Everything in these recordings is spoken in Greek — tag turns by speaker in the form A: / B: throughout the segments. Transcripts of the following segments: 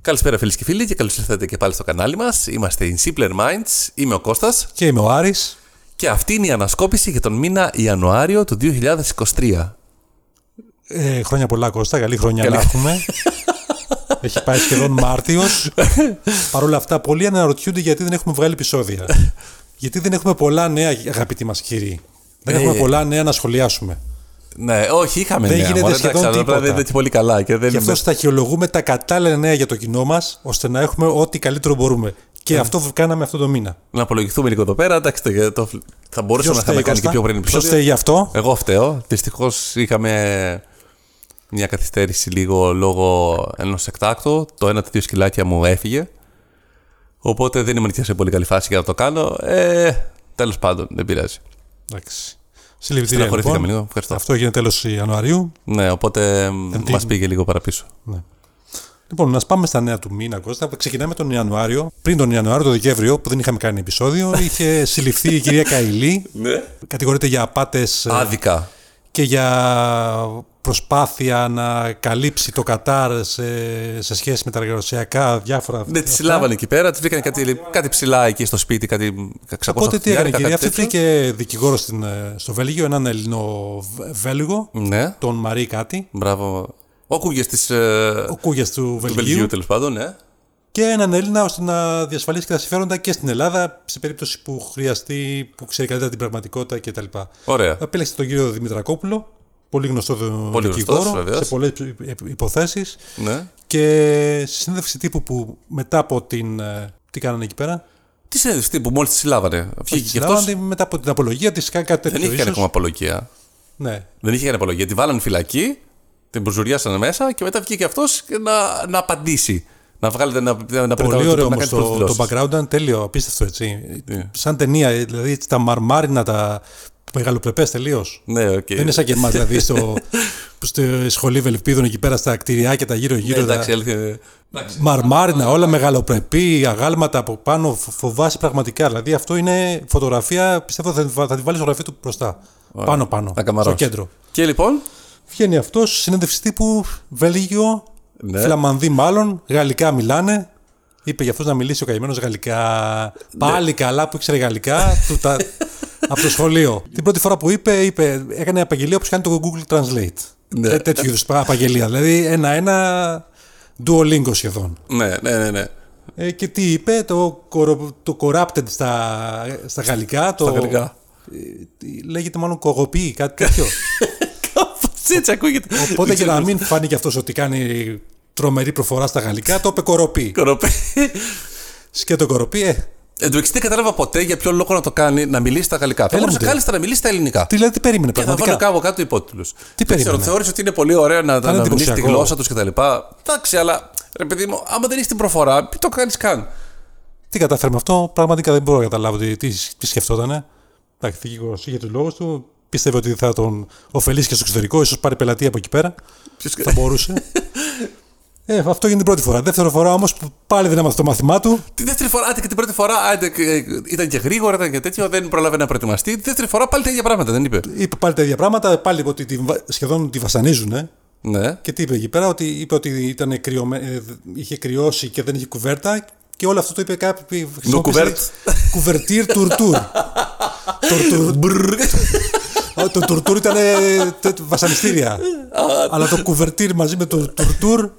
A: Καλησπέρα φίλες και φίλοι και καλώς ήρθατε και πάλι στο κανάλι μας. Είμαστε in Simpler Minds, είμαι ο Κώστας
B: Και είμαι ο Άρης.
A: και αυτή είναι η ανασκόπηση για τον μήνα Ιανουάριο του 2023.
B: Ε, χρόνια πολλά Κώστα, καλή χρονιά να
A: Καλή-
B: έχουμε. Έχει πάει σχεδόν Μάρτιος. Παρ' όλα αυτά, πολλοί αναρωτιούνται γιατί δεν έχουμε βγάλει επεισόδια. γιατί δεν έχουμε πολλά νέα, αγαπητοί μας κύριοι. Δεν
A: Ε,
B: έχουμε πολλά νέα να σχολιάσουμε.
A: Ναι, όχι, είχαμε
B: Δεν
A: νέα,
B: γίνεται
A: μωρέ,
B: σχεδόν
A: εντάξει, απλά
B: τίποτα.
A: Δεν ήταν και πολύ καλά και δεν
B: Γι' αυτό
A: είμαι-
B: σταχυολογούμε τα κατάλληλα νέα για το κοινό μας, ώστε να έχουμε ό,τι καλύτερο μπορούμε.
A: Ε.
B: Και αυτό κάναμε αυτό το μήνα.
A: να απολογηθούμε λίγο εδώ πέρα. Εντάξει, το- το... θα μπορούσαμε να είχαμε κάνει και πιο πριν
B: Ποιο
A: επεισόδιο.
B: φταίει γι' αυτό.
A: Εγώ φταίω. Δυστυχώς είχαμε μια καθυστέρηση λίγο λόγω ενός εκτάκτου. Το ένα τα δύο σκυλάκια μου έφυγε. Οπότε δεν ήμουν και σε πολύ καλή φάση για να το κάνω. Ε, Τέλος πάντων, δεν πειράζει.
B: Εντάξει. Συλληπιτήρια
A: Στεναχωρήθηκαμε
B: λοιπόν.
A: λίγο. Ευχαριστώ.
B: Αυτό έγινε τέλος Ιανουαρίου.
A: Ναι, οπότε
B: Ε, τι-
A: μας πήγε λίγο παραπίσω.
B: Λοιπόν, να πάμε στα νέα του μήνα, Κώστα. Ξεκινάμε τον Ιανουάριο. Πριν τον Ιανουάριο, τον Δεκέμβριο, που δεν είχαμε κάνει επεισόδιο, είχε συλληφθεί η κυρία Καηλή.
A: Ναι.
B: Κατηγορείται για απάτες
A: Άδικα.
B: και για προσπάθεια να καλύψει το Κατάρ σε, σε σχέση με τα εργασιακά διάφορα.
A: Ναι, τη συλλάβανε εκεί πέρα, τη βρήκαν κάτι, κάτι ψηλά εκεί στο σπίτι, κάτι 600
B: Οπότε Ε, τι έκανε η
A: χιλιάρικα,
B: κυρία.
A: κάτι
B: Αυτή
A: τέτοιο.
B: βρήκε δικηγόρο στην, ε, στο Βέλγιο, έναν Ελληνο Βέλγο,
A: Ναι,
B: τον Μαρί κάτι,
A: μπράβο. Ο Κούγε της. Ε,
B: ο κούγιας του
A: του
B: Βελγίου,
A: Βελγίου, τέλος πάντων, ναι.
B: και έναν Έλληνα ώστε να διασφαλίσει και τα συμφέροντα και στην Ελλάδα σε περίπτωση που χρειαστεί, που ξέρει καλύτερα την πραγματικότητα κτλ.
A: Ωραία.
B: Επέλεξε τον κύριο Δημητρακόπουλο, πολύ γνωστό δο-
A: Πολύ γνωστός,
B: δικηγόρο,
A: βεβαίως.
B: σε πολλές υποθέσεις.
A: Ναι.
B: Και στη συνέντευξη τύπου που μετά από την. ε, Τι κάνανε εκεί πέρα.
A: Τι συνέντευξη τύπου, μόλις τη συλλάβανε. Βγήκε και αυτό.
B: Συνάδελφοι, μετά από την απολογία της, κάνει κάτι
A: Δεν
B: τέτοιο.
A: είχε κάνει
B: ίσως.
A: ακόμα απολογία.
B: Ναι.
A: Δεν είχε κάνει απολογία. Τη βάλανε φυλακή, την μπουζουριάσανε μέσα και μετά βγήκε αυτός να, να απαντήσει. Να βγάλετε να, να, να
B: Πολύ
A: να-
B: ωραίο
A: να
B: όμως
A: κάνει Ναι.
B: το, το
A: προσδηλώσεις.
B: background, ήταν τέλειο, απίστευτο έτσι. Σαν ταινία, δηλαδή έτσι, τα μαρμάρινα, τα μεγαλοπρεπές τελείως.
A: Ναι, οκ.
B: Δεν είναι σαν και εμάς, δηλαδή, στο, στο σχολή Βελπίδων εκεί πέρα στα κτίρια και τα
A: Ε,
B: γύρω-γύρω. τα
A: Εντάξει, αλήθεια.
B: μαρμάρινα, όλα μεγαλοπρεπή, αγάλματα από πάνω, φο- φοβάσαι πραγματικά. Δηλαδή, αυτό είναι φωτογραφία, πιστεύω θα, τη βα- θα τη βάλεις στο γραφείο του μπροστά. Πάνω-πάνω.
A: Να καμαρώσεις.
B: Στο κέντρο.
A: Και λοιπόν.
B: Βγαίνει αυτός, συνέντευξη τύπου Βέλγιο,
A: Ναι.
B: Φλαμανδί μάλλον, γαλλικά μιλάνε. Είπε για αυτό να μιλήσει ο καημένος γαλλικά.
A: Ναι.
B: Πάλι καλά που ήξερε γαλλικά του τα... από το σχολείο. Την πρώτη φορά που είπε, είπε έκανε απαγγελία όπως κάνει το Google Translate.
A: Ναι.
B: Τέ- τέτοιου είδους απαγγελία. Δηλαδή ένα-ένα Duolingo σχεδόν.
A: Ναι, ναι, ναι. ναι.
B: Ε, και τι είπε, το, κορο- το corrupted στα, στα γαλλικά. Το,
A: γαλλικά.
B: Ε, τι- λέγεται μάλλον κογοποιεί, κάτι τέτοιο.
A: Κάπως έτσι ακούγεται.
B: Οπότε για να μην φάνηκε αυτός ότι κάνει τρομερή προφορά στα γαλλικά, το είπε κοροπή.
A: Κοροπέ.
B: Σκέτο κοροπή, ε.
A: Εν τω μεταξύ δεν κατάλαβα ποτέ για ποιο λόγο να το κάνει να μιλήσει στα γαλλικά. Θα
B: Έλα μου
A: μπορούσε
B: τε.
A: κάλλιστα να μιλήσει στα ελληνικά.
B: Τι λέει, τι περίμενε
A: Και θα βάλω
B: πραγματικά.
A: κάπου κάτω υπότιτλους.
B: περίμενε.
A: θεώρησε ότι είναι πολύ ωραίο να τα αναδεικνύει τη
B: εντυπωσιακό.
A: γλώσσα τους κτλ. Εντάξει, αλλά ρε παιδί μου, άμα δεν έχει την προφορά, μην το κάνεις καν.
B: Τι κατάφερε με αυτό, πραγματικά δεν μπορώ να καταλάβω τι, τι, τι σκεφτότανε. Εντάξει, δικηγόρος είχε τους λόγους του. Πίστευε ότι θα τον ωφελήσει και στο εξωτερικό, ίσως πάρει πελατεία από εκεί πέρα. θα μπορούσε. ε, αυτό έγινε την πρώτη φορά. Δεύτερη φορά όμως που πάλι δεν έμαθε το μάθημά του.
A: Τη δεύτερη φορά, άντε και την πρώτη φορά, άντε, ε, ήταν και γρήγορα, ήταν και τέτοιο, δεν προλάβαινε να προετοιμαστεί. Τη δεύτερη φορά πάλι τα ίδια πράγματα, δεν είπε.
B: Είπε πάλι τα ίδια πράγματα. Πάλι ότι τη βα- σχεδόν τη βασανίζουν. Ε.
A: Ναι.
B: Και τι είπε εκεί πέρα, ότι είπε ότι ήταν κρυωμέ- ε, δε- είχε κρυώσει και δεν είχε κουβέρτα και όλο αυτό το είπε κάποιοι.
A: No κουβέρτ.
B: Κουβερτήρ τουρτούρ. Τουρτούρ.
A: Μπρρρ.
B: Α, Το τουρτούρ ήταν ε, τε- βασανιστήρια. Αλλά το κουβερτήρ μαζί με το τουρτούρ.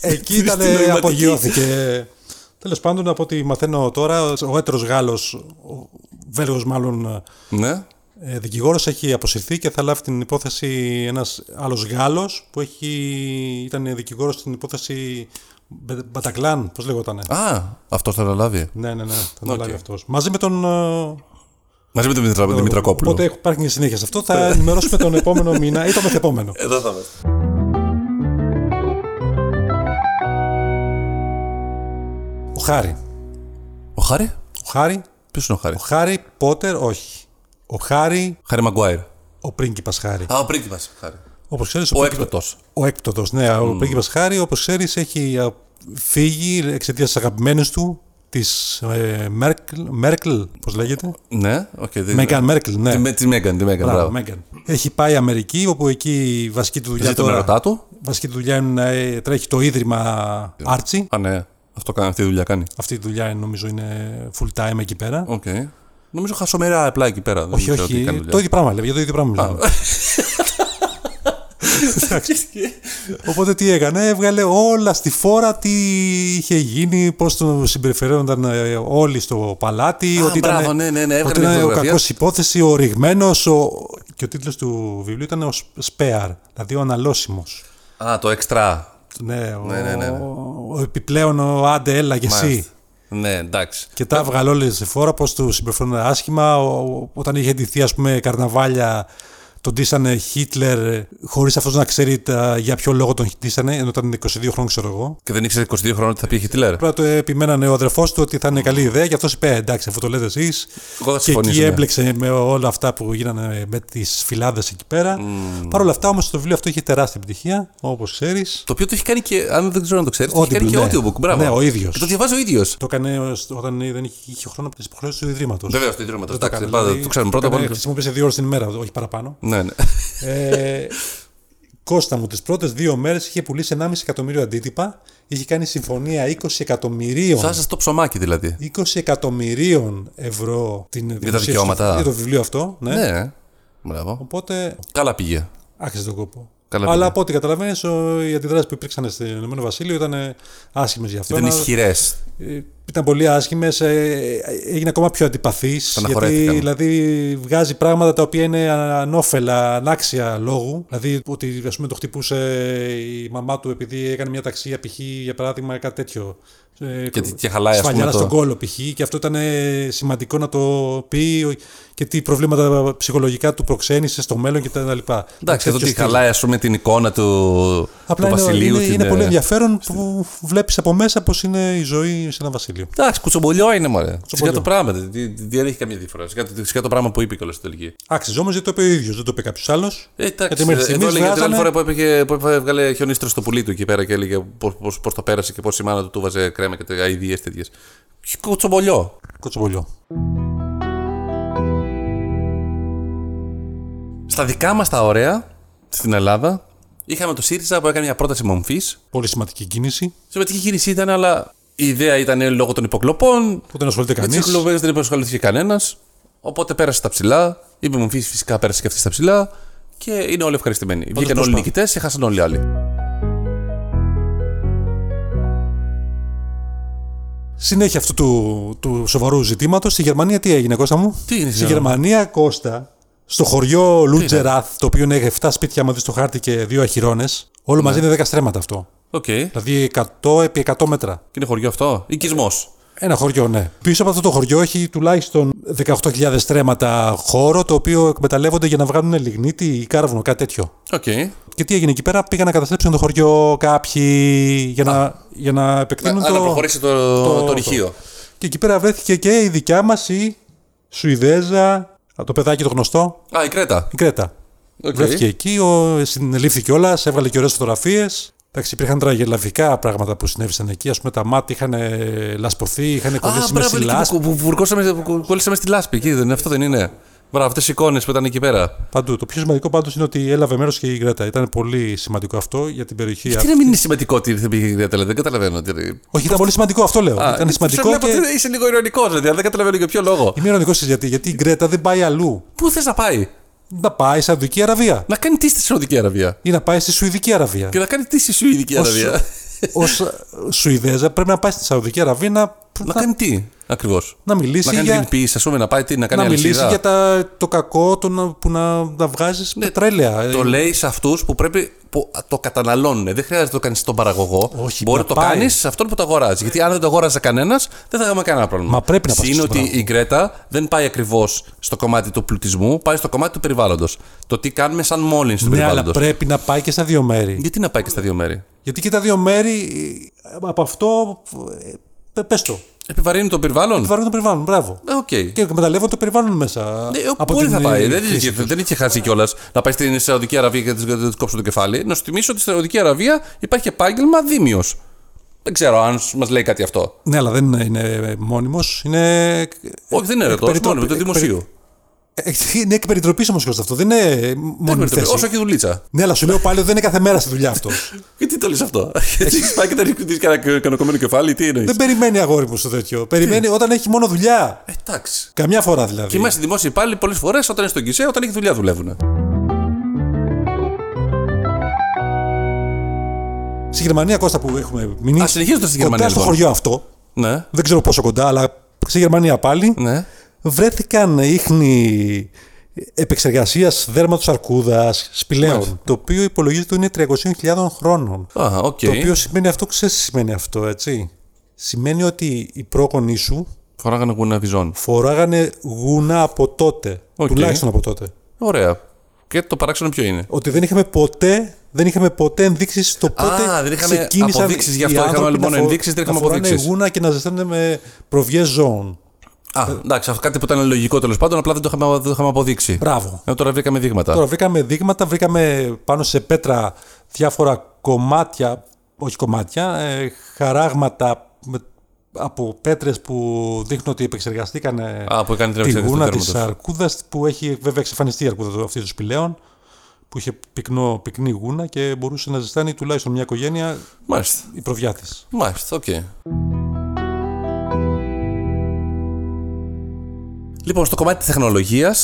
B: Εκεί ήταν ε,
A: νοηματική.
B: απογειώθηκε. Τέλος πάντων, από ό,τι μαθαίνω τώρα, ο έτερος Γάλλος, ο Βέλγος μάλλον
A: ναι.
B: ε, δικηγόρος έχει αποσυρθεί και θα λάβει την υπόθεση ένας άλλος Γάλλος που έχει, ήταν δικηγόρος στην υπόθεση Μπε- Μπατακλάν, πώς λέγονταν.
A: Α, αυτός θα αναλάβει.
B: Ναι, ναι, ναι, θα το
A: Οκ.
B: λάβει αυτός. Μαζί με τον... ε,
A: Μαζί με τον Δημητρα- Δημητρακόπουλο.
B: Οπότε έχ- υπάρχει μια συνέχεια σε αυτό. Θα ενημερώσουμε τον επόμενο μήνα ή το μεθεπόμενο.
A: Εδώ θα είμαστε.
B: Ο Χάρη.
A: Ο Χάρη.
B: Ο Χάρη.
A: Ποιος είναι ο Χάρη.
B: Ο Χάρη Πότερ, όχι. Ο Χάρη,
A: Χάρη Μαγκουάιρ.
B: ο πρίγκιπας Χάρη.
A: Α, ο πρίγκιπας. Χάρη.
B: Όπως ξέρεις, ο
A: Ο
B: πρίγκιπας-
A: έκπτωτο.
B: Ο έκπτωτο, ναι. Ο πρίγκιπας Χάρη, όπως ξέρεις, έχει α, φύγει εξαιτίας της αγαπημένης του, της Μέρκλ, Μέρκλ πώς λέγεται.
A: Ναι, οκ. δεν-
B: Μέγκαν Μέρκλ, Ε, ναι.
A: Τη- με- Τη Μέγκαν, τη Μέγκαν.
B: Μπράβο,
A: μπράβο.
B: Μέγκαν. Έχει πάει Αμερική, όπου εκεί η βασική του δουλειά
A: Ζει το
B: τώρα.
A: μερωτά του.
B: βασική του δουλειά είναι να ε, τρέχει το ίδρυμα Archie.
A: Α, ναι. Αυτό κάνει, αυτή τη δουλειά κάνει.
B: Αυτή η δουλειά είναι, νομίζω είναι full time εκεί πέρα.
A: Οκ. Νομίζω χασομερά απλά εκεί πέρα.
B: όχι, όχι. Το ίδιο πράγμα λέμε. Για το ίδιο πράγμα μιλάμε. Εντάξει. Οπότε τι έκανε, έβγαλε όλα στη φόρα τι είχε γίνει, πώς τον συμπεριφερόνταν ε, όλοι στο παλάτι.
A: Α,
B: ότι
A: μπράβο,
B: ήταν,
A: ναι, ναι, ναι,
B: ότι
A: έβγαλε
B: ήταν ο
A: φωτογραφία.
B: κακός υπόθεση, ο ρηγμένος. Ο... Και ο τίτλος του βιβλίου ήταν ο Σπέαρ, δηλαδή ο αναλώσιμος.
A: Α, το εξτρά.
B: Ναι, ο,
A: Ναι, ναι, ναι.
B: ο επιπλέον ο άντε, έλα και εσύ.
A: Ναι, εντάξει.
B: Και τα έβγαλε όλε στη φόρα, πώς του συμπεριφέρονταν άσχημα. Ο- ο- όταν είχε ντυθεί, ας πούμε, καρναβάλια, τον ντύσανε Χίτλερ, χωρίς αυτός να ξέρει τα, για ποιο λόγο τον ντύσανε, ενώ ήταν 22 χρόνων, ξέρω εγώ.
A: Και δεν ήξερε 22 χρόνια ότι θα πει Χιτλέρ.
B: Απλά το επιμένανε ο αδερφός του ότι θα είναι καλή ιδέα και αυτό είπε: «Ε, Εντάξει, αφού το λέτε εσείς.
A: Εγώ θα
B: Και εκεί
A: συμφωνήσω, ναι.
B: έμπλεξε με όλα αυτά που γίνανε με τις φυλάδες εκεί πέρα. Παρ' όλα αυτά, όμως, το βιβλίο αυτό είχε τεράστια επιτυχία, όπως ξέρεις.
A: Το οποίο το έχει κάνει και, αν δεν ξέρω αν το ξέρεις, το
B: Audible,
A: έχει κάνει και
B: ναι.
A: audiobook. Μπράβο.
B: Ναι, ο ίδιος.
A: Και το διαβάζει ο ίδιος.
B: Το έκανε ως- όταν ε, δεν είχε, είχε χρόνο από τις υποχρεώσεις του Ιδρύματος.
A: Βεβαίω, το ίδρυμα. Εντάξει, πάντα το ξέρουμε πρώτα απ' όλα.
B: δηλαδή, Χρησιμοποίησε δύο ώρες την ημέρα, όχι παραπάνω.
A: Ναι, ναι.
B: Ε, Κώστα μου, τις πρώτες δύο μέρες είχε πουλήσει 1,5 εκατομμύριο αντίτυπα. Είχε κάνει συμφωνία 20 εκατομμυρίων.
A: Σαν σας το ψωμάκι δηλαδή.
B: 20 εκατομμυρίων ευρώ την δημοσίευση
A: δικαιώματα.
B: του- Για το βιβλείο αυτό. Ναι.
A: Ναι. Μπράβο.
B: Οπότε
A: Καλά πήγε.
B: άξιζε τον κόπο.
A: Καλά
B: Αλλά
A: πήγε.
B: από ό,τι καταλαβαίνεις, οι αντιδράσεις που υπήρξαν στο Ηνωμένο Βασίλειο ήταν ε, άσχημε γι' αυτό.
A: Ήταν
B: Ένα-
A: ισχυρές.
B: ε, ήταν πολύ άσχημες. Έγινε ακόμα πιο αντιπαθής. Γιατί
A: Στεναχωρέθηκαν.
B: δηλαδή, βγάζει πράγματα τα οποία είναι ανώφελα, ανάξια λόγου. Δηλαδή ότι ας πούμε, το χτυπούσε η μαμά του επειδή έκανε μια ταξία, π.χ. για παράδειγμα, κάτι τέτοιο. Ε,
A: Και, και χαλάει, ας πούμε.
B: σφαλιάρα
A: Το...
B: στον κόλο π.χ. και αυτό ήταν ε, σημαντικό να το πει και τι προβλήματα ψυχολογικά του προξένησε στο μέλλον κτλ.
A: Εντάξει, εδώ τι
B: Τέτοιο στυλ.
A: χαλάει, ας πούμε, την εικόνα του,
B: Απλά
A: του
B: είναι,
A: Βασιλείου.
B: είναι,
A: την,
B: είναι
A: ε,
B: πολύ ενδιαφέρον που βλέπεις από μέσα πώς είναι η ζωή σε ένα βασίλειο.
A: Εντάξει, κουτσομπολιό είναι μωρέ. Φυσικά το πράγμα. Δεν δεν έχει καμία διαφορά. Φυσικά το- Φυσικά το πράγμα που είπε κιόλας στην τελική.
B: Άξιζε όμως γιατί το είπε ο ίδιος, δεν το είπε κάποιος άλλος.
A: Ε,
B: Γιατί
A: Εντάξει,
B: μέχρι
A: εδώ
B: στιγμής
A: έλεγε την άλλη
B: βγάζανε-
A: φορά που, έπαιγε, που έβγαλε χιονίστρο στο πουλί του εκεί πέρα και έλεγε πώς το πέρασε και πώς η μάνα του του βάζε κρέμα και αειδίε τέτοιες. Κουτσομπολιό.
B: Κοτσομπολιό.
A: Στα δικά μας τα ωραία στην Ελλάδα είχαμε το ΣΥΡΙΖΑ που έκανε μια πρόταση μομφής.
B: Πολύ σημαντική κίνηση
A: Συμμετική κίνηση ήταν, αλλά η ιδέα ήταν λόγω των υποκλοπών.
B: που δεν ασχολείται
A: Με τι
B: κανεί.
A: εκλογέ δεν υποσχολήθηκε κανένας. Οπότε πέρασε στα ψηλά. Η μομφή φυσικά πέρασε και αυτή στα ψηλά. Και είναι όλοι ευχαριστημένοι. Βγήκαν όλοι
B: προσπάθεια.
A: νικητές και χάσαν όλοι οι άλλοι.
B: Συνέχεια αυτού του, του σοβαρού ζητήματος, στη Γερμανία τι έγινε, Κώστα μου.
A: Τι έγινε,
B: Στη
A: Γιώργο?
B: Γερμανία, Κώστα, στο χωριό Λούτζεραθ, το οποίο είναι 7 σπίτια, άμα δει το χάρτη και δύο αχυρώνες, όλο
A: Ναι.
B: μαζί είναι 10 στρέμματα αυτό.
A: Οκ. Και
B: Δηλαδή 100 επί 100 μέτρα.
A: είναι χωριό αυτό. Οικισμός.
B: Ένα χωριό, ναι. Πίσω από αυτό το χωριό έχει τουλάχιστον 18.000 στρέμματα χώρο, το οποίο εκμεταλλεύονται για να βγάλουν λιγνίτη ή κάρβουνο, κάτι τέτοιο.
A: Οκ.
B: Και τι έγινε εκεί πέρα, πήγαν να καταστρέψουν το χωριό κάποιοι για να, για να επεκτείνουν
A: Α,
B: το.
A: να προχωρήσει το, το,
B: το-
A: ρηχείο.
B: Και εκεί πέρα βρέθηκε και η δικιά μας η Σουηδέζα, το παιδάκι το γνωστό,
A: Α, η Κρέτα.
B: η Κρέτα.
A: Οκ.
B: Βρέθηκε εκεί, ο, συνελήφθη κιόλας, έβγαλε και ωραίες φωτογραφίες. Εντάξει, υπήρχαν τραγελαβικά πράγματα που συνέβησαν εκεί. Ας πούμε, τα μάτια είχαν ε, λασπωθεί, είχαν
A: Α,
B: κολλήσει με
A: μπράβο,
B: στη
A: είναι εκεί
B: λάσπη.
A: που, που, βουρκώσαμε- που κόλλησαμε στη λάσπη. Εκεί, δεν, είναι- αυτό δεν είναι. Μπράβο, αυτές οι εικόνες που ήταν εκεί πέρα.
B: Παντού. Το πιο σημαντικό πάντως είναι ότι έλαβε μέρος και η Γκρέτα. Ήταν πολύ σημαντικό αυτό για την περιοχή.
A: Τι να μην είναι σημαντικό ότι ήρθε πήγε η Κρέτα, δηλαδή, δεν καταλαβαίνω. τι-
B: Όχι, ήταν πολύ σημαντικό αυτό λέω.
A: Α, ε,
B: ήταν
A: σε
B: σημαντικό
A: βλέπω
B: και.
A: ότι Είσαι λίγο ηρωνικός, δηλαδή, αλλά δεν καταλαβαίνω για ποιο λόγο.
B: Είμαι ειρωνικό γιατί, γιατί η Γκρέτα δεν πάει αλλού.
A: Ε, Πού θες να πάει,
B: Να πάει στη Σαουδική Αραβία
A: Να κάνει τι στη Σαουδική Αραβία.
B: ή να πάει στη Σουηδική Αραβία.
A: Και να κάνει τι στη Σουηδική Αραβία.
B: Ως Σουηδέζα πρέπει να πάει στη Σαουδική Αραβία να,
A: Να
B: να,
A: κάνει τι ακριβώς. Να
B: να μιλήσει
A: κάνει
B: για,
A: την ποιήση, ας πούμε, να πάει τι, να κάνει
B: να μιλήσει
A: αλυσίδα.
B: για τα, το κακό το να, που να, να βγάζεις πετρέλαια.
A: Ναι,
B: Ε,
A: Το λέει σε αυτούς που πρέπει που το καταναλώνουν. Δεν χρειάζεται να το κάνεις στον παραγωγό.
B: Όχι,
A: Μπορεί
B: να
A: να το
B: πάει.
A: κάνεις σε αυτόν που το αγοράζει. Γιατί αν δεν το αγόραζε κανένας, δεν θα είχαμε κανένα πρόβλημα.
B: Μα πρέπει να πας
A: Είναι
B: στον
A: ότι η
B: παραγωγό.
A: Γκρέτα δεν πάει ακριβώς στο κομμάτι του πλουτισμού, πάει στο κομμάτι του περιβάλλοντος. Το τι κάνουμε σαν μόλυνση του
B: Ναι, αλλά
A: περιβάλλοντος.
B: πρέπει να πάει και στα δύο μέρη.
A: Γιατί να πάει και στα δύο μέρη.
B: Γιατί και τα δύο μέρη ε, από αυτό. Ε, πες το.
A: Επιβαρύνει το περιβάλλον.
B: Επιβαρύνουν το περιβάλλον. Μπράβο.
A: Ε, Οκ.
B: Και εκμεταλλεύονται το περιβάλλον μέσα.
A: Ε, Πού θα
B: την,
A: πάει,
B: ε,
A: δεν,
B: χρήση.
A: είχε, δεν είχε χάσει κιόλας να πάει στην Σαουδική Αραβία και να της κόψουν το κεφάλι. Να σου θυμίσω ότι στη Σαουδική Αραβία υπάρχει επάγγελμα δίμιος. Δεν ξέρω αν μας λέει κάτι αυτό.
B: Ε, Ναι, αλλά δεν είναι μόνιμος. Είναι.
A: Όχι, δεν είναι ρετό.
B: εκπεριτώ-
A: Μόνο με το
B: εκπερι-
A: δημοσίου.
B: Ε, Είναι εκ περιτροπής όμως αυτό. Δεν είναι μόνο θέση.
A: Όσο και δουλίτσα.
B: Ναι, αλλά σου λέω πάλι ότι δεν είναι κάθε μέρα στη δουλειά αυτός.
A: Και τι το λες αυτό. Έτσι έχεις πάει και δεν έχει και ένα κανοκομμένο κεφάλι, τι εννοείς.
B: δεν περιμένει αγόρι μου στο τέτοιο. Περιμένει όταν έχει μόνο δουλειά.
A: Ε, Εντάξει.
B: Καμιά φορά δηλαδή.
A: Και είμαστε δημόσιοι υπάλληλοι πολλές φορές όταν είναι στον Κισέ, όταν έχει δουλειά δουλεύουν.
B: Ε, Στη Γερμανία, Κώστα που έχουμε μείνει.
A: Α, συνεχίζοντας στη Γερμανία,
B: Κοντά στο
A: λοιπόν.
B: χωριό αυτό.
A: Ναι.
B: Δεν ξέρω πόσο κοντά, αλλά στη Γερμανία πάλι.
A: Ναι.
B: βρέθηκαν ίχνη επεξεργασίας δέρματος αρκούδας σπηλαίων,
A: Μάλιστα.
B: το οποίο υπολογίζεται ότι είναι 300.000 χρόνων.
A: Α, οκ.
B: Το οποίο σημαίνει αυτό, ξέρεις τι σημαίνει αυτό, έτσι. Σημαίνει ότι οι πρόγονοι σου
A: Φοράγανε γούνα βυζών.
B: φοράγανε γούνα από τότε.
A: Οκ.
B: Τουλάχιστον από τότε.
A: Ωραία. Και το παράξενο ποιο είναι.
B: Ότι δεν είχαμε ποτέ, δεν είχαμε ποτέ ενδείξεις στο πότε.
A: δεν είχαμε
B: ξεκίνησαν
A: αποδείξεις γι'
B: οι
A: αυτό, είχαμε
B: άνθρωποι
A: μόνο
B: να φο-
A: ενδείξεις, δεν
B: να
A: είχαμε
B: φοράνε
A: αποδείξεις.
B: γούνα και να ζεσταίνουν με προβιές ζώων.
A: Α, εντάξει, αυτό κάτι που ήταν λογικό τέλος πάντων, απλά δεν το είχαμε, δεν το είχαμε αποδείξει.
B: Μπράβο.
A: Ε, τώρα βρήκαμε δείγματα.
B: Τώρα βρήκαμε δείγματα, βρήκαμε πάνω σε πέτρα διάφορα κομμάτια, όχι κομμάτια, ε, χαράγματα με, από πέτρες που δείχνουν ότι επεξεργαστήκαν ε,
A: Α, που έκανε την
B: τη
A: επεξεργασία του
B: γούνα
A: δέρματος.
B: της αρκούδας που έχει βέβαια εξαφανιστεί η αρκούδα του- αυτή του σπηλαίων που είχε πυκνό, πυκνή γούνα και μπορούσε να ζεστάνει τουλάχιστον μια οικογένεια
A: Μάλιστα.
B: η προβιά της.
A: Μάλιστα, οκ. Λοιπόν, στο κομμάτι της τεχνολογίας,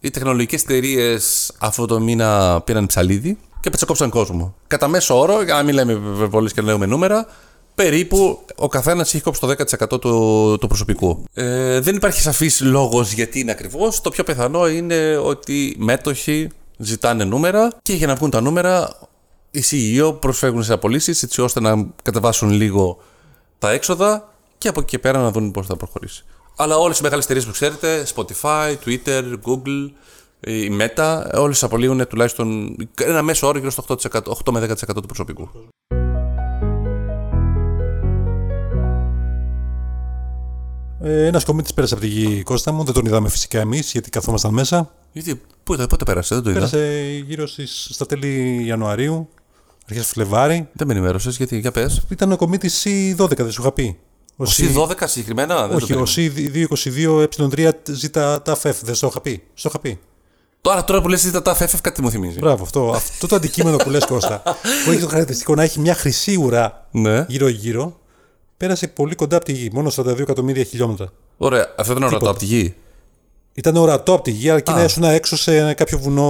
A: οι τεχνολογικές εταιρείες αυτό το μήνα πήραν ψαλίδι και πετσακόψαν κόσμο. Κατά μέσο όρο, για να μην λέμε πολλέ και να λέμε νούμερα, περίπου ο καθένας έχει κόψει το 10% του, του προσωπικού. Ε, δεν υπάρχει σαφής λόγος γιατί είναι ακριβώς. Το πιο πιθανό είναι ότι μέτοχοι ζητάνε νούμερα και για να βγουν τα νούμερα, οι CEO προσφεύγουν σε απολύσεις έτσι ώστε να κατεβάσουν λίγο τα έξοδα και από εκεί και πέρα να δουν πώς θα προχωρήσει. Αλλά όλες οι μεγάλες εταιρείες που ξέρετε, Spotify, Twitter, Google, η Meta, όλες απολύουν τουλάχιστον ένα μέσο όρο γύρω στο 8%, 8 με 10% του προσωπικού.
B: Ε, ένας κομίτης πέρασε από τη γη Κώστα μου, δεν τον είδαμε φυσικά εμείς γιατί καθόμασταν
A: Ναι.
B: μέσα.
A: Γιατί, πού ήταν, πότε πέρασε, δεν το είδα.
B: Πέρασε γύρω στις, στα τέλη Ιανουαρίου, αρχές Φλεβάρι.
A: Δεν με ενημέρωσες, γιατί για πες.
B: Ήταν ο κομίτη C12, δεν σου είχα πει. Ο
A: C12 συγκεκριμένα, δεν το
B: Όχι, ο
A: περίμενα.
B: C222ε3 ε ζήτα τα FF, δεν στο είχα πει. Στο είχα πει.
A: Τώρα, τώρα που λες, τα τάφ κάτι μου θυμίζει.
B: Μπράβο, αυτό, αυτό το αντικείμενο που λες Κώστα, που έχει το χαρακτηριστικό να έχει μια χρυσή ουρά
A: Ναι.
B: γύρω-γύρω, πέρασε πολύ κοντά από τη γη, μόνο 42 εκατομμύρια χιλιόμετρα.
A: Ωραία, αυτό ήταν ορατό από τη γη.
B: Ήταν ορατό από τη γη, αλλά και να έσουν έξω σε κάποιο βουνό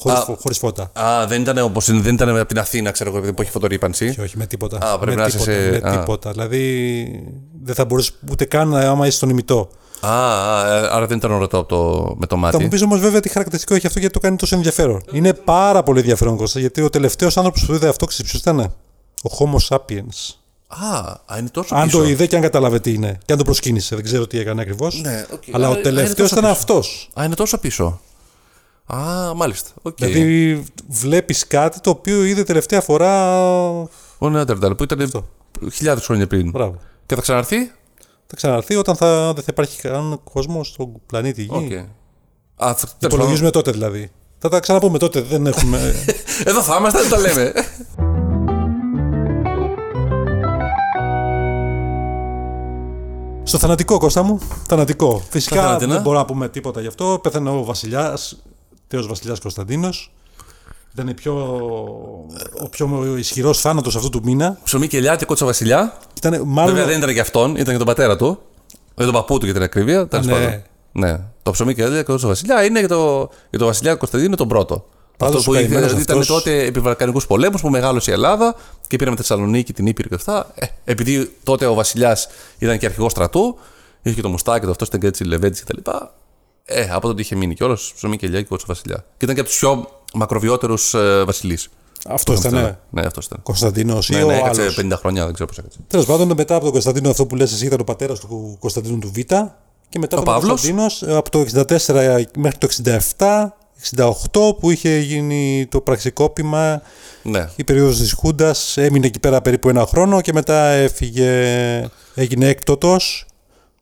B: χωρίς,
A: Α.
B: φω- χωρίς φώτα.
A: Α, δεν ήταν όπως δεν ήταν από την Αθήνα, ξέρω εγώ, επειδή που έχει φωτορύπανση.
B: Και όχι με τίποτα.
A: Α, πρέπει
B: με
A: να είσαι
B: τίποτα,
A: σε-
B: με
A: α.
B: τίποτα. Δηλαδή δεν θα μπορούσε ούτε καν να- άμα είσαι στον ημιτό.
A: Α, α, ε, άρα δεν ήταν ορατό από το, με το
B: Θα μου
A: μάτι.
B: πεις όμως βέβαια τι χαρακτηριστικό έχει αυτό γιατί το κάνει τόσο ενδιαφέρον. Είναι πάρα πολύ ενδιαφέρον Κώστα γιατί ο τελευταίος άνθρωπος που το είδε αυτό ξέρεις ποιος ήταν. Ο Homo sapiens.
A: Α, α, είναι τόσο
B: Αν
A: πίσω.
B: το είδε και αν κατάλαβε τι είναι. Και αν το προσκύνησε. Δεν ξέρω τι έκανε ακριβώς.
A: Ναι, οκ.
B: Αλλά
A: Α,
B: ο
A: είναι
B: τελευταίο
A: τόσο
B: ήταν
A: πίσω.
B: αυτός.
A: Α, είναι τόσο πίσω. Α, μάλιστα. Οκ.
B: Δηλαδή βλέπεις κάτι το οποίο είδε τελευταία φορά.
A: Ο Νέαντερνταλ που ήταν χιλιάδες χρόνια πριν.
B: Μπράβο. Ναι.
A: Και θα ξαναρθεί.
B: Θα ξαναρθεί όταν θα, δεν θα υπάρχει καν κόσμος στον πλανήτη Γη.
A: Οκ. Α, θα- τέλος πάντων.
B: Υπολογίζουμε τότε δηλαδή. Θα τα ξαναπούμε τότε. Δεν έχουμε.
A: Εδώ θα είμαστε, δεν τα λέμε.
B: Στο θανατικό, Κώστα μου. Θανατικό. Φυσικά
A: θανάτινα.
B: δεν μπορούμε να πούμε τίποτα γι' αυτό. Πέθανε ο βασιλιάς, τέο βασιλιάς Κωνσταντίνος. Ήταν η πιο, ο πιο ισχυρός θάνατος αυτού του μήνα.
A: Ψωμί και ελιά και κότσα βασιλιά.
B: Ήταν μάλλον.
A: Βέβαια δεν ήταν για αυτόν, ήταν για τον πατέρα του. Για τον παππού του για την ακρίβεια. Τέλος
B: Ναι.
A: πάντων. Ναι. Το ψωμί και ελιά και κότσα βασιλιά είναι για, το, για τον βασιλιά Κωνσταντίνο τον πρώτο.
B: Πάντως
A: Αυτό
B: ο
A: που είχε-
B: καημένος
A: ήταν
B: αυτός-
A: τότε επί Βαλκανικού πολέμους που μεγάλωσε η Ελλάδα και πήραμε τη Θεσσαλονίκη, την Ήπειρο και αυτά. Ε, επειδή τότε ο βασιλιάς ήταν και αρχηγός στρατού, είχε και το μουστάκι του, αυτός ήταν και έτσι λεβέντη κτλ. Ε, από τότε είχε μείνει κιόλας ψωμί και ελιά και κότσα βασιλιάς. Και ήταν και από τους πιο μακροβιότερους ε, βασιλείς.
B: Αυτός ήταν. Ναι.
A: Ναι, αυτός ήταν.
B: Κωνσταντίνο ή
A: Ναι,
B: ο
A: ναι,
B: άλλος.
A: έκατσε 50 χρόνια, δεν ξέρω πώς έκατσε.
B: Τέλος πάντων, μετά από τον Κωνσταντίνο, αυτό που λες εσύ ήταν ο πατέρας του Κωνσταντίνου του Β. Και
A: Ο
B: μετά τον
A: Παύλος.
B: Κωνσταντίνος από το 64 μέχρι το 67. 68 που είχε γίνει το πραξικόπημα
A: Ναι.
B: Η περίοδος της Χούντας έμεινε εκεί πέρα περίπου ένα χρόνο και μετά έφυγε, έγινε έκτοτος.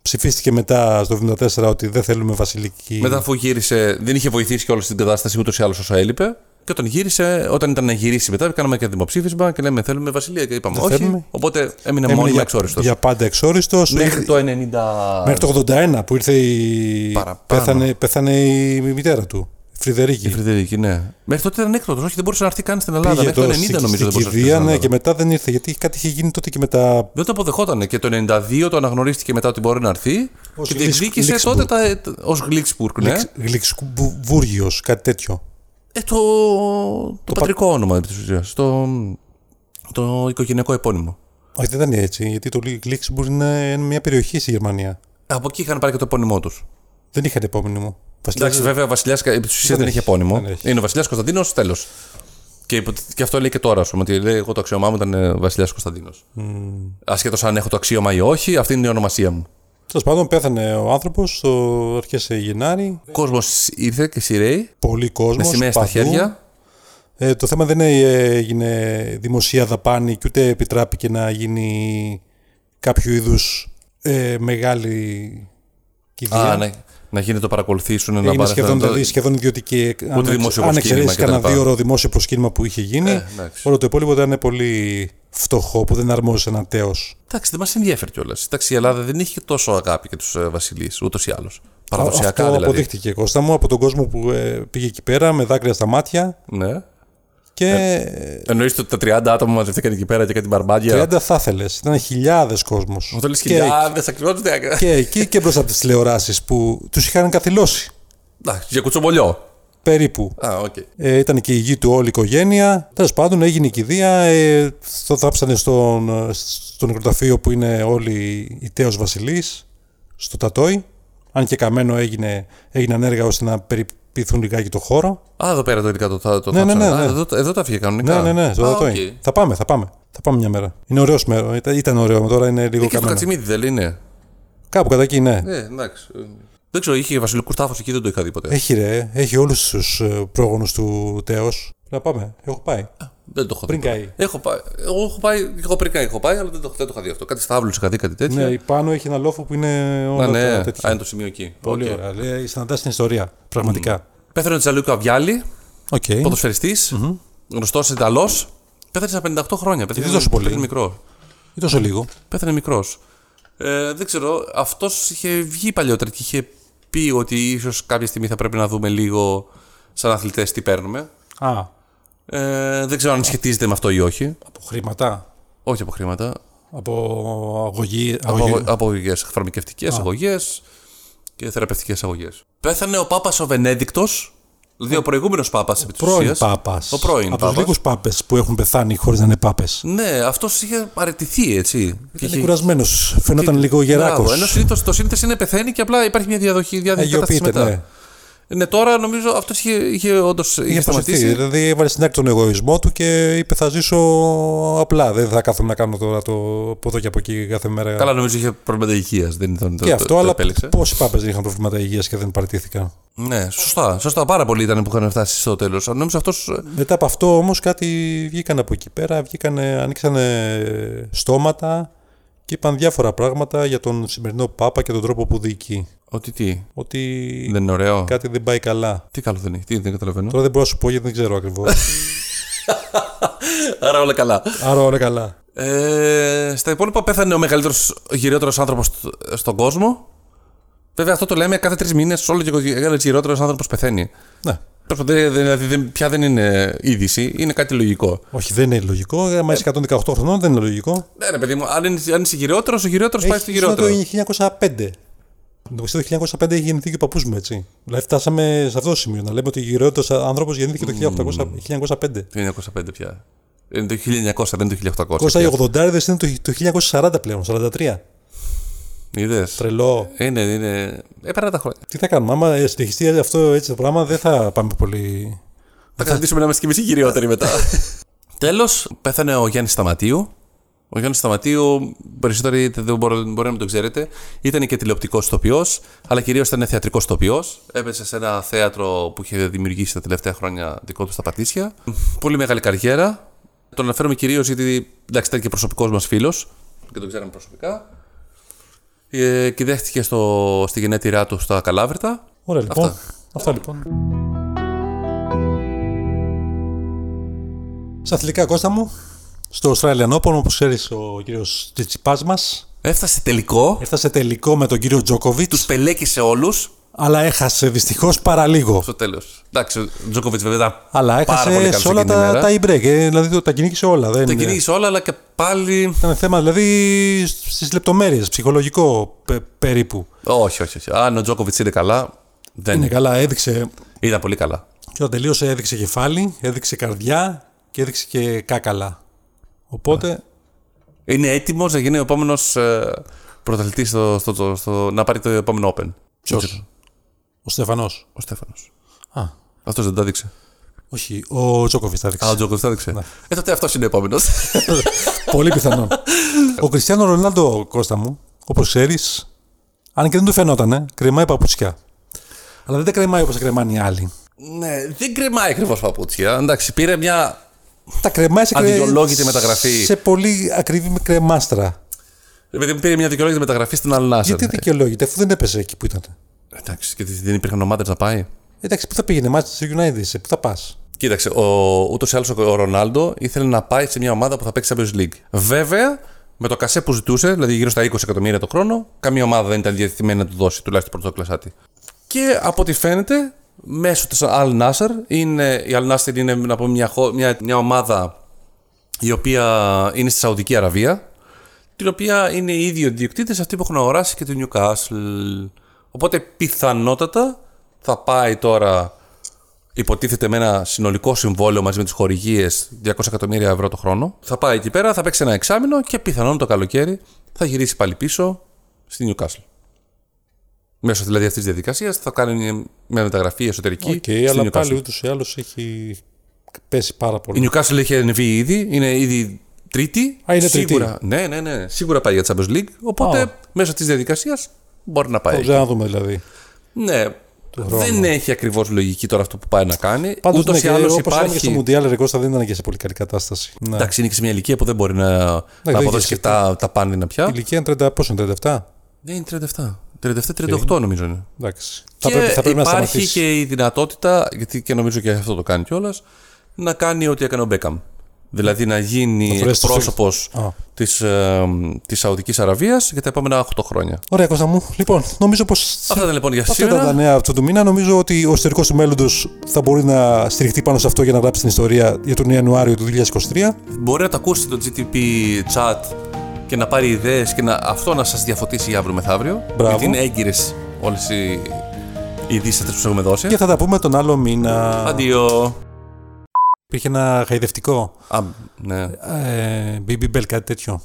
B: Ψηφίστηκε μετά στο 74 ότι δεν θέλουμε βασιλική.
A: Μετά αφού γύρισε, δεν είχε βοηθήσει κιόλα στην κατάσταση ούτως ή άλλως όσο έλειπε. Και όταν γύρισε, όταν ήταν να γυρίσει μετά, κάναμε και δημοψήφισμα και λέμε θέλουμε Βασιλεία και είπαμε
B: Δεν
A: όχι.
B: θέλουμε.
A: Οπότε έμεινε
B: Έμεινε
A: μόνιμα
B: για,
A: εξόριστος.
B: για πάντα εξόριστος.
A: Μέχρι το 90.
B: Μέχρι το 81 που ήρθε η.
A: Παραπάνω.
B: Πέθανε, πέθανε η μητέρα του. Η Φρυδερίκη.
A: Η Φρυδερική, ναι. Μέχρι τότε ήταν έκδοτο, όχι δεν μπορούσε να έρθει καν στην Ελλάδα.
B: Πήγε
A: Μέχρι το 90
B: στη-
A: νομίζω
B: στην
A: δεν μπορούσε να έρθει.
B: κηδεία,
A: στην
B: ναι,
A: Ελλάδα.
B: και μετά δεν ήρθε. Γιατί κάτι είχε γίνει τότε και με τα.
A: Δεν το αποδεχόταν και το 92 το αναγνωρίστηκε μετά ότι μπορεί να έρθει.
B: Ως
A: και
B: Γλίξ-
A: διεκδίκησε τότε
B: Γλίξμπουργκ.
A: τα, ω Γλίξπουργκ, ναι.
B: Γλυξκουβούργιο, κάτι τέτοιο.
A: Ε, το, το, πατρικό όνομα της ουσίας. Το, το οικογενειακό επώνυμο.
B: Όχι, δεν ήταν έτσι. Γιατί το Γλυξμπουργκ είναι μια περιοχή στη Γερμανία.
A: Από εκεί είχαν πάρει και το επώνυμό τους.
B: Δεν είχαν επόμενο μου. Βασιλιάς,
A: Εντάξει, βέβαια, ο βασιλιά επί τη ουσία
B: Δεν
A: δεν έχει
B: έχει,
A: επώνυμο.
B: δεν έχει.
A: Είναι ο βασιλιάς Κωνσταντίνος, τέλος. Και, υπο- και αυτό λέει και τώρα, ας πούμε, ότι λέει, εγώ το αξίωμά μου ήταν ε, βασιλιάς Κωνσταντίνος.
B: Mm.
A: Ασχέτω αν έχω το αξίωμα ή όχι, αυτή είναι η ονομασία μου.
B: Τέλος πάντων, πέθανε ο άνθρωπος το αρχέ Γενάρη.
A: Ο κόσμος ήρθε και σειραίει,
B: Πολύ κόσμος.
A: με σημαίε στα χέρια.
B: Ε, το θέμα δεν ε, έγινε δημοσία δαπάνη και ούτε επιτράπηκε να γίνει κάποιο είδους ε, μεγάλη κηδεία.
A: Α, ναι. Να γίνει το παρακολουθήσουν, να
B: Έγινε
A: πάρουν.
B: σχεδόν,
A: να-
B: δηλαδή, σχεδόν ιδιωτική. εκ- αν εξ-
A: δημόσιο
B: αν
A: προσκύνημα
B: εξαιρέσει κανένα
A: κτλ.
B: δύο ώρο δημόσιο προσκύνημα που είχε γίνει,
A: Ε, εντάξει.
B: όλο το υπόλοιπο ήταν πολύ φτωχό που δεν αρμόζησε ένα τέο.
A: Εντάξει, δεν μας ενδιαφέρει κιόλας. Εντάξει, η Ελλάδα δεν είχε τόσο αγάπη για του βασιλείς, ούτως ή άλλως. Παραδοσιακά
B: Αυτό
A: δηλαδή.
B: αποδείχτηκε Κώστα μου από τον κόσμο που ε, πήγε εκεί πέρα με δάκρυα στα μάτια
A: Ναι.
B: και
A: Εννοείται ότι τα 30 άτομα μαζευτήκαν εκεί πέρα και κάτι μπαρμπάγια.
B: 30 θα ήθελες. Ήταν χιλιάδες κόσμος.
A: Μου θέλει χιλιάδες ακριβώς.
B: Και εκεί και μπροστά από τις τηλεοράσεις που τους είχαν καθυλώσει.
A: Εντάξει, για κουτσομπολιό.
B: Περίπου.
A: Α, οκ.
B: Ε, ήταν και η γη του όλη η οικογένεια. Τέλος πάντων, έγινε η κηδεία. Ε, το θάψανε στον, στο νεκροταφείο που είναι όλοι οι τέο Βασιλή, στο Τατόι. Αν και καμένο έγινε, έγιναν έργα ώστε να περιποιηθούν λιγάκι το χώρο.
A: Α, εδώ πέρα τελικά το, το, το
B: Ναι, ναι,
A: θάψανε.
B: ναι,
A: Α,
B: ναι.
A: Εδώ, εδώ τα έφυγε κανονικά.
B: Ναι, ναι, ναι, στο
A: Α,
B: Τατόι.
A: οκ.
B: Θα πάμε, θα πάμε. Θα πάμε μια μέρα. Είναι ωραίος μέρος. Ήταν, ήταν ωραίο, τώρα είναι λίγο
A: Και στο
B: καμένο.
A: Κατσιμίδι δεν είναι.
B: Κάπου κατά εκεί, ναι.
A: Ε, εντάξει. Ε, Δεν ξέρω, είχε βασιλικού τάφου εκεί, δεν το είχα δει ποτέ.
B: Έχει ρε, έχει όλους τους πρόγονους του τέος. Να πάμε, έχω πάει.
A: δεν το έχω
B: Πριν
A: δει.
B: καεί.
A: Έχω πάει. Εγώ έχω πάει. Εγώ πριν καεί έχω πάει, αλλά δεν το, δεν το είχα δει αυτό. Κάτι στάβλου είχα δει, κάτι τέτοιο.
B: Ναι, πάνω έχει ένα λόφο που είναι όλα
A: Α, ναι,
B: τα
A: α,
B: τέτοια.
A: είναι το σημείο εκεί.
B: Πολύ
A: Οκ.
B: ωραία. Λέει, συναντάς την ιστορία. Πραγματικά.
A: Πέθανε ο Τζαλίου Καβιάλη,
B: Οκ. Okay.
A: ποδοσφαιριστής, γνωστός Ιταλός. Πέθανε στα 58 χρόνια. Πέθανε,
B: τόσο πολύ.
A: Πέθανε μικρό.
B: Ή τόσο λίγο.
A: Πέθανε μικρός. Ε, δεν ξέρω, αυτός είχε βγει παλιότερα και είχε πει ότι ίσως κάποια στιγμή θα πρέπει να δούμε λίγο σαν αθλητές τι παίρνουμε.
B: Α,
A: Ε, δεν ξέρω αν σχετίζεται με αυτό ή όχι.
B: από χρήματα.
A: Όχι από χρήματα.
B: Από αγωγή.
A: Από,
B: αγωγή.
A: από αγωγές. Φαρμακευτικές αγωγές και θεραπευτικές αγωγές. Πέθανε ο Πάπας ο Βενέδικτος. Δηλαδή ο προηγούμενος Πάπας επί της
B: Πρώην
A: ουσίας.
B: Πάπας.
A: Ο πρώην
B: Από τους
A: Πάπας.
B: λίγους πάπες που έχουν πεθάνει χωρίς να είναι πάπες.
A: Ναι, αυτός είχε παραιτηθεί έτσι. Και
B: Είναι
A: είχε-
B: κουρασμένος. Φαινόταν λίγο Ε, γεράκος.
A: Μπράβο, Ενώ συνήθως το σύνθεση είναι πεθαίνει και απλά υπάρχει μια διαδοχή, διάδοχη κατάσταση
B: Αγιοποιείται,
A: μετά.
B: ναι.
A: Ναι, τώρα νομίζω αυτό είχε, είχε όντως είχε
B: Είχε σταματήσει.
A: σταματήσει.
B: Δηλαδή έβαλε στην άκρη τον εγωισμό του και είπε θα ζήσω απλά. Δεν θα κάθομαι να κάνω τώρα το από εδώ και από εκεί κάθε μέρα.
A: Καλά, νομίζω είχε προβλήματα υγείας. Δεν ήταν το,
B: και
A: το,
B: αυτό,
A: το
B: αλλά
A: επέλεξε.
B: πόσοι πάπες δεν είχαν προβλήματα υγείας και δεν παρατήθηκαν.
A: Ναι, σωστά. Σωστά. Πάρα πολλοί ήταν που είχαν φτάσει στο τέλος. Νομίζω ε, αυτό.
B: Μετά από αυτό όμως κάτι βγήκαν από εκεί πέρα, βγήκαν, ανοίξαν στόματα και είπαν διάφορα πράγματα για τον σημερινό Πάπα και τον τρόπο που διοικεί.
A: Ότι τι.
B: Ότι Ναι.
A: Δεν είναι ωραίο.
B: κάτι δεν πάει καλά.
A: Τι καλό δεν είναι. Τι δεν καταλαβαίνω.
B: Τώρα δεν μπορώ να σου πω γιατί δεν ξέρω ακριβώς.
A: Άρα όλα καλά.
B: Άρα όλα καλά.
A: Ε, στα υπόλοιπα πέθανε ο μεγαλύτερος γυριότερο άνθρωπο στον κόσμο. Βέβαια, αυτό το λέμε κάθε τρεις μήνες. Όλο και ο γυριότερο άνθρωπος πεθαίνει.
B: Ναι.
A: Τέλος πάντων, δε- Δηλαδή, δεν- πια δεν είναι είδηση, είναι κάτι λογικό.
B: Όχι, δεν είναι λογικό. Άμα είσαι 118 χρονών, δεν είναι λογικό.
A: Ναι, ρε παιδί μου, αν, είναι- αν είσαι γυραιότερο, ο γυραιότερο πάει στο
B: Έχει-
A: γυραιότερο.
B: Το 1905. Το 1905 έχει γεννηθεί και ο παππούς μου, έτσι. Δηλαδή, φτάσαμε σε αυτό το σημείο να λέμε ότι ο γυραιότερο άνθρωπος γεννήθηκε το 1800, 1905.
A: Το 1905 πια. Είναι το 1900, δεν είναι το 1800.
B: Κώστα, οι 80 είναι το, το 1940 πλέον, 43.
A: Είδες.
B: Τρελό.
A: Είναι, Ε, ναι, είναι. Έπαιρνα τα χρόνια.
B: Τι θα κάνουμε, άμα ε, συνεχιστεί αυτό έτσι το πράγμα, δεν θα πάμε πολύ.
A: Θα κρατήσουμε να είμαστε κι εμείς οι γυριότεροι μετά. Τέλος, πέθανε ο Γιάννης Σταματίου. Ο Γιάννης Σταματίου, περισσότεροι δεν μπορώ, μπορεί να μην το ξέρετε, ήταν και τηλεοπτικός ηθοποιό, αλλά κυρίως ήταν θεατρικός ηθοποιό. Έπεσε σε ένα θέατρο που είχε δημιουργήσει τα τελευταία χρόνια δικό του στα Πατήσια. Πολύ μεγάλη καριέρα. Τον αναφέρομαι κυρίως γιατί εντάξει, ήταν και προσωπικός μας φίλος και τον ξέραμε προσωπικά. Ε, και δέχτηκε στο, στη γενέτειρά του στα Καλάβρητα.
B: Ωραία, λοιπόν. Αυτά, λοιπόν. Στα αθλητικά Κώστα μου, στο Australian Open, όπως ξέρεις ο κύριος Τσιτσιπάς μας,
A: Έφτασε τελικό,
B: έφτασε τελικό με τον κύριο Τζόκοβιτ,
A: τους πελέκησε όλους
B: αλλά έχασε δυστυχώς παραλίγο.
A: στο τέλος. Εντάξει, ο Τζόκοβιτ βέβαια ήταν
B: Αλλά
A: πάρα πολύ
B: έχασε
A: καλός
B: σε όλα
A: εκείνη η
B: τα,
A: μέρα.
B: τα e-break, ε, δηλαδή το- τα κυνήγησε όλα. Δεν,
A: Τα κυνήγησε όλα, αλλά και πάλι.
B: Ήταν θέμα δηλαδή στις λεπτομέρειες, ψυχολογικό πε- περίπου.
A: Όχι, όχι, όχι. Αν ο Τζόκοβιτ είναι καλά, δεν
B: Είναι
A: είναι.
B: καλά, έδειξε
A: Ήταν πολύ καλά.
B: Και όταν τελείωσε έδειξε κεφάλι, έδειξε καρδιά και έδειξε και κάκαλα.
A: Ναι.
B: Οπότε
A: Είναι έτοιμος να γίνει ο επόμενος ε, πρωταθλητής στο, στο, στο, στο- να πάρει το επόμενο Open.
B: Ποιος?
A: Δεν ξέρω.
B: ο Στέφανος.
A: Ο Στέφανος.
B: Α,
A: Αυτός δεν τα έδειξε.
B: όχι, ο Τζόκοβιτ θα
A: Α, ο
B: έδειξε.
A: Τζόκοβιτ τα
B: Ναι.
A: έδειξε. Ε, τότε αυτός είναι ο επόμενος.
B: Πολύ πιθανόν. ο Κριστιανό Ρονάλντο Κώστα μου, όπως ξέρεις, αν και δεν του φαινόταν, ε, κρεμάει παπούτσια. Αλλά δεν τα κρεμάει όπως τα κρεμάνε οι άλλοι.
A: ναι, δεν κρεμάει ακριβώς παπούτσια. Εντάξει, πήρε μια.
B: Τα κρεμάει σε κρε-
A: Αδικαιολόγητη μεταγραφή.
B: Σε πολύ ακριβή κρεμάστρα.
A: ρε παιδί μου, Πήρε μια δικαιολόγητη μεταγραφή στην Αλνάσερ.
B: Γιατί δικαιολόγηται, αφού δεν έπεσε εκεί που ήταν.
A: Εντάξει, και δεν υπήρχαν ομάδες να πάει.
B: Εντάξει, πού θα πήγαινε, Manchester United, είσαι, πού θα πας.
A: Κοίταξε, ο, ούτως ή άλλως ο Ρονάλντο ήθελε να πάει σε μια ομάδα που θα παίξει Champions League. Βέβαια, με το κασέ που ζητούσε, δηλαδή γύρω στα 20 εκατομμύρια το χρόνο, καμία ομάδα δεν ήταν διατεθειμένη να του δώσει, τουλάχιστον πρωτοκλασάτη. Και από ό,τι φαίνεται, μέσω της Al Nasser, είναι, η Al Nasser είναι να πούμε, μια, χω- μια, μια ομάδα η οποία είναι στη Σαουδική Αραβία, την οποία είναι οι ίδιοι διοκτήτε αυτοί που έχουν αγοράσει και του Newcastle. Οπότε πιθανότατα θα πάει τώρα υποτίθεται με ένα συνολικό συμβόλαιο μαζί με τις χορηγίες 200 εκατομμύρια ευρώ το χρόνο. Θα πάει εκεί πέρα, θα παίξει ένα εξάμεινο και πιθανόν το καλοκαίρι θα γυρίσει πάλι πίσω στη Newcastle. Μέσω δηλαδή αυτής της διαδικασίας θα κάνει μια μεταγραφή εσωτερική.
B: Οκ,
A: στη
B: αλλά
A: Newcastle.
B: πάλι ούτως ή άλλως έχει πέσει πάρα πολύ.
A: Η Newcastle έχει ανεβεί ήδη, είναι ήδη τρίτη.
B: Α, είναι τρίτη.
A: σίγουρα, Ναι, ναι, ναι. Σίγουρα πάει για Champions League. Οπότε
B: Α.
A: μέσω της διαδικασίας μπορεί να πάει.
B: Το ξαναδούμε δηλαδή.
A: Ναι. Δεν έχει ακριβώς λογική τώρα αυτό που πάει να κάνει.
B: Πάντως
A: Ούτως
B: ναι,
A: ή άλλως
B: όπως και στο
A: υπάρχει.
B: Μουντιάλ, ρε Κώστα δεν ήταν και σε πολύ καλή κατάσταση. Ναι.
A: Εντάξει, είναι και σε μια ηλικία που δεν μπορεί να, να
B: δεν
A: αποδώσει
B: είχε
A: και τα, τα πάνδυνα πια.
B: Η ηλικία είναι 30, πόσο είναι, 37.
A: Ναι, είναι 37. 37-38 νομίζω είναι.
B: Εντάξει.
A: Και
B: θα πρέπει, θα πρέπει να
A: υπάρχει
B: σταματήσει.
A: και η δυνατότητα, γιατί και νομίζω και αυτό το κάνει κιόλας, να κάνει ό,τι έκανε ο Μπέκαμ. Δηλαδή να γίνει
B: φορέσει το
A: πρόσωπο
B: Α.
A: της ε, της Σαουδικής Αραβίας για τα επόμενα 8 χρόνια.
B: Ωραία, Κώστα μου. Λοιπόν, νομίζω πως.
A: Αυτά ήταν λοιπόν για
B: Αυτά ήταν τα
A: σήμερα.
B: νέα αυτού του μήνα. Νομίζω ότι ο εσωτερικό του μέλλοντος θα μπορεί να στηριχτεί πάνω σε αυτό για να γράψει την ιστορία για τον Ιανουάριο του 2023.
A: Μπορεί να το ακούσει το GTP chat και να πάρει ιδέες και να, αυτό να σας διαφωτίσει για αύριο μεθαύριο.
B: Μπράβο.
A: Γιατί είναι έγκυρες όλες οι, οι ειδήσεις αυτές που σας έχουμε δώσει.
B: Και θα τα πούμε τον άλλο μήνα.
A: Αντίο.
B: Υπήρχε ένα χαϊδευτικό.
A: Α, ναι.
B: Ε, BB Bell, κάτι τέτοιο.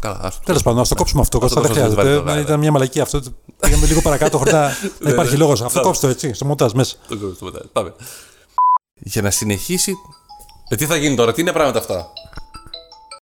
A: Καλά, άστο.
B: Τέλος πάντων, ας το κόψουμε αυτό. Κώστα,
A: Ναι. το
B: δεν
A: κόψουμε, δεν
B: χρειάζεται.
A: βάλει το
B: Ήταν μια μαλακή αυτό. Πήγαμε λίγο παρακάτω χωρίς να- να υπάρχει λόγος. Αυτό
A: Ναι.
B: κόψτε το έτσι, στο μοντάζ μέσα.
A: Το κόβεις το μετά. Πάμε. Για να συνεχίσει. Ε, τι θα γίνει τώρα, τι είναι πράγματα αυτά.